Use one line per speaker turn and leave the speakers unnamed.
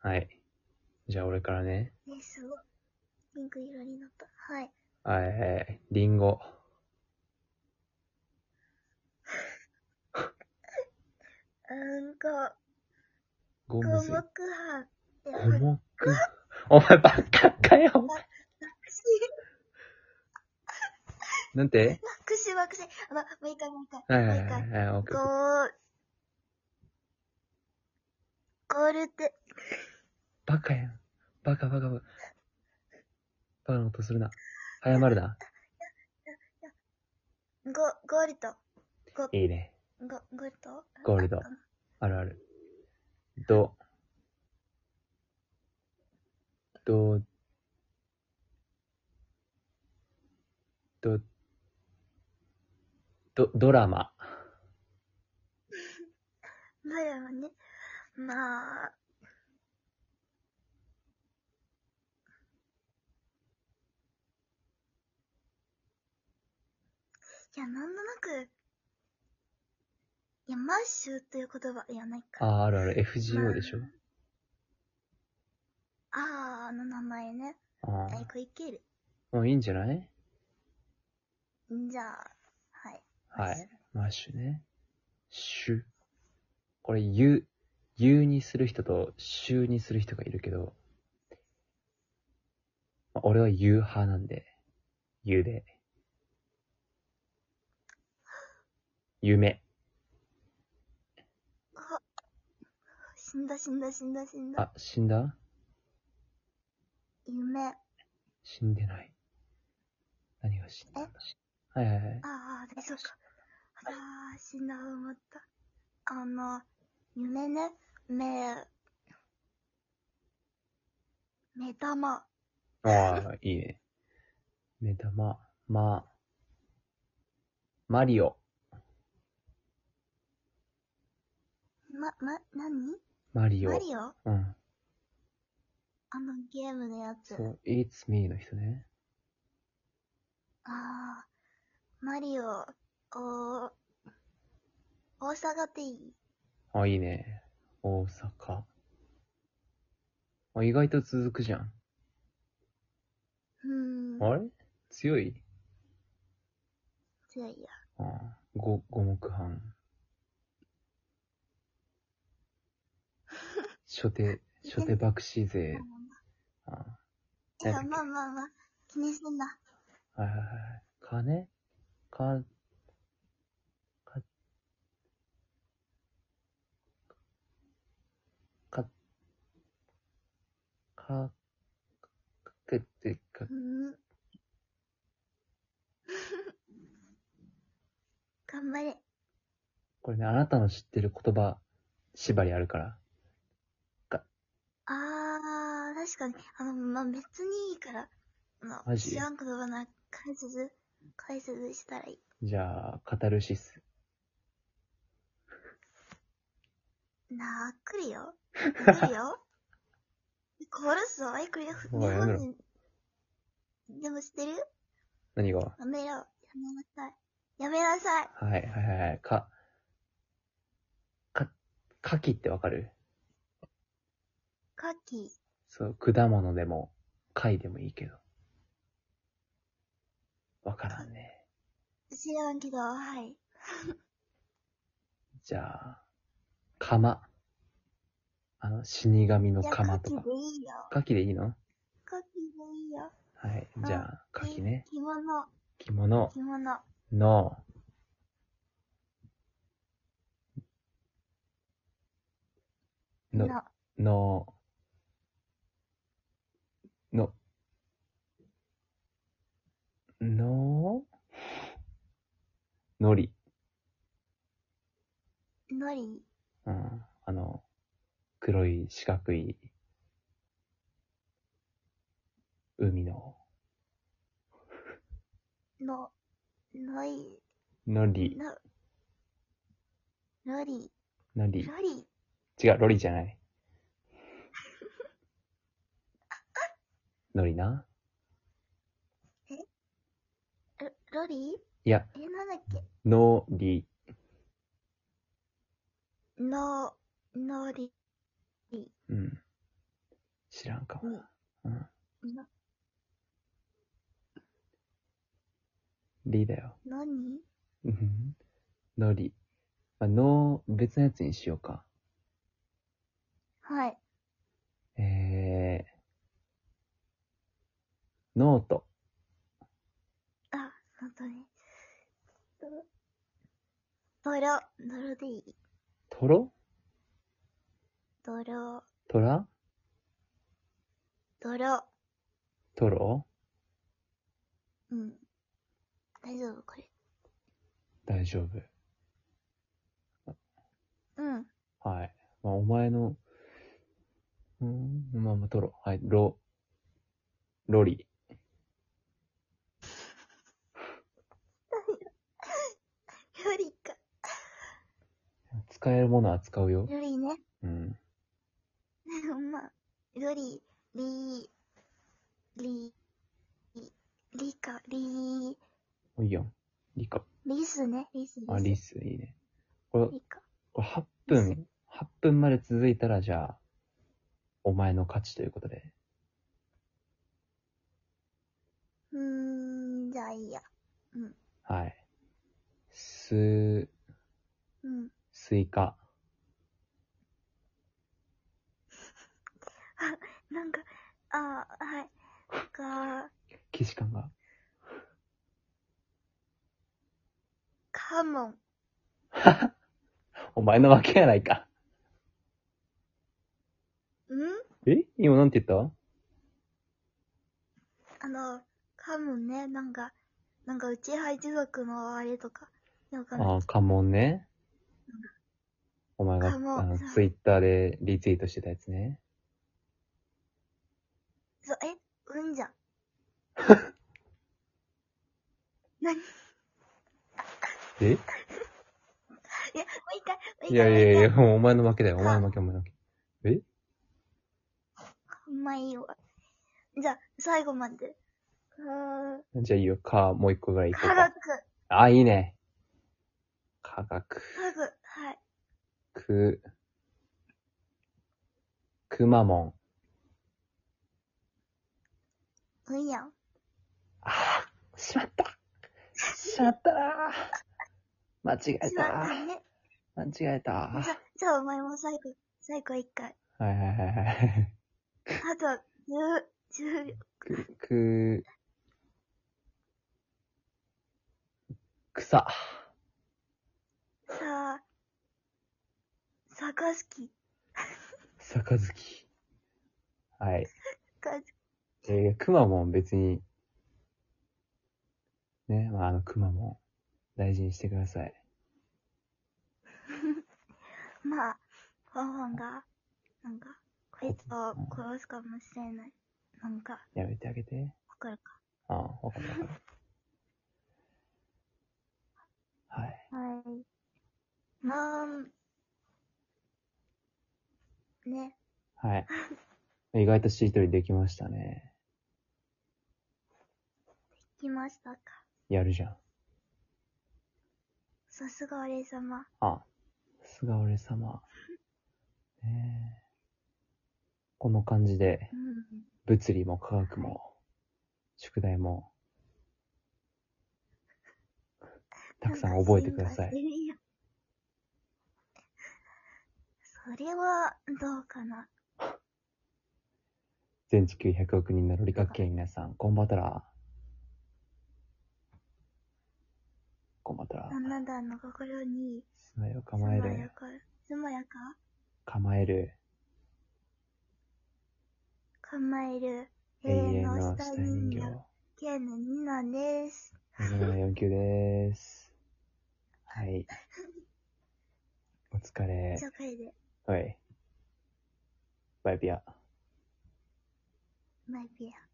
はい。じゃあ俺からね。
え、すごい。ピンク色になった。はい。
はいはい。リンゴ。
うんこ、
ゴ
五
ム
目
ズ。
飯って
五
欲しい。
目。お前バカかよ。なんて
くしばくし。あ、ま、もう一回もう一
は
回。
いはいはいはい。オッケ
ゴ
ーオッケー
ール。ゴールって、
バカやん。バカバカバカ。バカなことするな。早まるな。
ゴ、ゴールド。ゴ、
いいね。
ゴ、ゴールド
ゴールド
あ
あるある。ど。ど。ど。ど、ドラマ。
まあでもね。まあ、いや、なんとなく、いや、マッシュという言葉、いや、ないか。
ああ、あるある。FGO でしょ。
あー、あの名前ね。
あ
あ
あ
い。こいける。
もういいんじゃない
じゃあ、はい。
はい。。マッシュね。シュ。これ、ゆ、ゆにする人と、しゅにする人がいるけど、まあ俺はゆ派なんで、ゆで。夢。
死んだ死んだ死んだ死んだ。
あ、死んだ
夢。あ
死んでない。何が死んだはいはいはい。
あ、でそうか。あらー、死んだ思った。あの、夢ね、目、目玉。
ああ、いいね。目玉、ま、マリオ、
ま、ま、何
マリオ。
マリオ
うん。
あのゲームのやつ。
そ
あ
う、It's me の人ね。
あー、マリオ、おー、大阪でいい
あ、いいね。大阪。あ、意外と続くじゃん。
うーん、
あれ強い
強いや。
ああ、ご、五目半。 初手、初手爆死勢。ああ
いや、まあまあまあ、気にすんな。
はいはいはい。金か、か、か、か、かけて、か
う、ん。 頑張れ。
これね、あなたの知ってる言葉、縛りあるから。
あー、確かに。あの、まあ、別にいいから、あの、
マジ
知らん言葉なら解説、解説したらいい。
じゃあ、カタルシス。
なあ、来 るよ。来るよ。殺すぞ、アイクリフ。日
おいや
本
めろ
人。でも知ってる
何が
やめろ。やめなさい。やめなさい。
はいはいはいはい。か、か、かきってわかる
カキ。
そう、果物でも、貝でもいいけど。わからんね。
知らんけど、はい。
じゃあ、釜。あの、死神の
じゃあ、カ
釜
キ
と
で
か。
いいよ。
牡蠣でいいの
カキでいいよ。
はい。じゃあ、牡蠣ね。
着物、
着物
着物。
の、の、
の、
の、の、の、のり。
のり、
うん。あの、黒い四角い、海の、
の、のい、
のり、
の、のり、
のり。
のり、
違う、ロリじゃない。のりな。
ろロリ
いや、
え、なんだっけ
のり、
の、のり、
うん。知らんかも。
う
うん。
ん。な、
りだよ。
なに
うん。のり。まあ、の、別のやつにしようか。
はい。
えー、ノート。
あ、本当に。ドロ、ドロでいい。
トロ
ドロ、
トラ
ドロ。
トロ
うん。大丈夫、これ。
大丈夫。
うん。
はい。まあ、お前の、うん、まあまあ、トロ。はい、ロ、ロリ。
料理か。
使えるものは使うよ。
料理ね。
うん。
まあ、料理、り、り、り、りか、り、
いいよ。リカ。
リスね。リス、
あ、リス、いいね。これ、
リカ。
これ8
リ
分、8分まで続いたら、じゃあ、お前の勝ちということで。
うーん、じゃあいいや。
はい。す、
うん。
スイカ。
なんか、あー、はい。か、
騎士感が。
カモン。
お前の負けやないか。
うん
え今なんて言った
あの、カモンね。なんか、なんか、うち配置族のあれとか。よく
あ
わ
ー、カモンね。お前が、あ
カモン
の
そう、
ツイッターでリツイートしてたやつね。
そう、え、うんじゃん。何もう
え
一回、もう一回。
いやいやい
もう
や、
一回。
もうお前の負けだよ。お前の負け、お前の負け。
まあいいわ。じゃあ、最後まで。うーん。
じゃあいいよ。か、もう一個ぐらいいこう
科
か
学、。
あ、いいね。科学。
科学、はい。
く、くまモン。
うんやん。
ああ、しまった。しまったなー。間違え。
しまったたね。
間違えた。
じゃ
は、
じゃあお前も最後、最後一回。
いはいはいはい。
あと、十、十秒。
く、く、草。
さあ、サカスキ、
坂月。はい。
サカス
えー、くまモン別に、ね、まあ、あのくまモン、大事にしてください。
キ。まあ、ファンファンが、なんか、こいつを殺すかもしれない。なんか、
やめてあげて。
わかるか。
ああ、わかるわかる。はい。
はい。まあ、ね、
はい。意外としりとりできましたね。
来ましたか。
やるじゃん。
さすが俺様。
あ、さすが俺様。ねえこの感じで、
うん。
物理も科学も、宿題も、たくさん覚えてください。
い。それは、どうかな。
全地球100億人のロリ学研皆さん、こんばたら。こんばたら。
旦那団の心に、
すなよ
す
構
ま
え
や
る。
か、すまやか
構える。
構える、
永遠の下人形。
ケンのニナです。
水の4級でーす。 はい。お疲れ
じ。ゃあこれで、
はい。バイビア。
マイペア。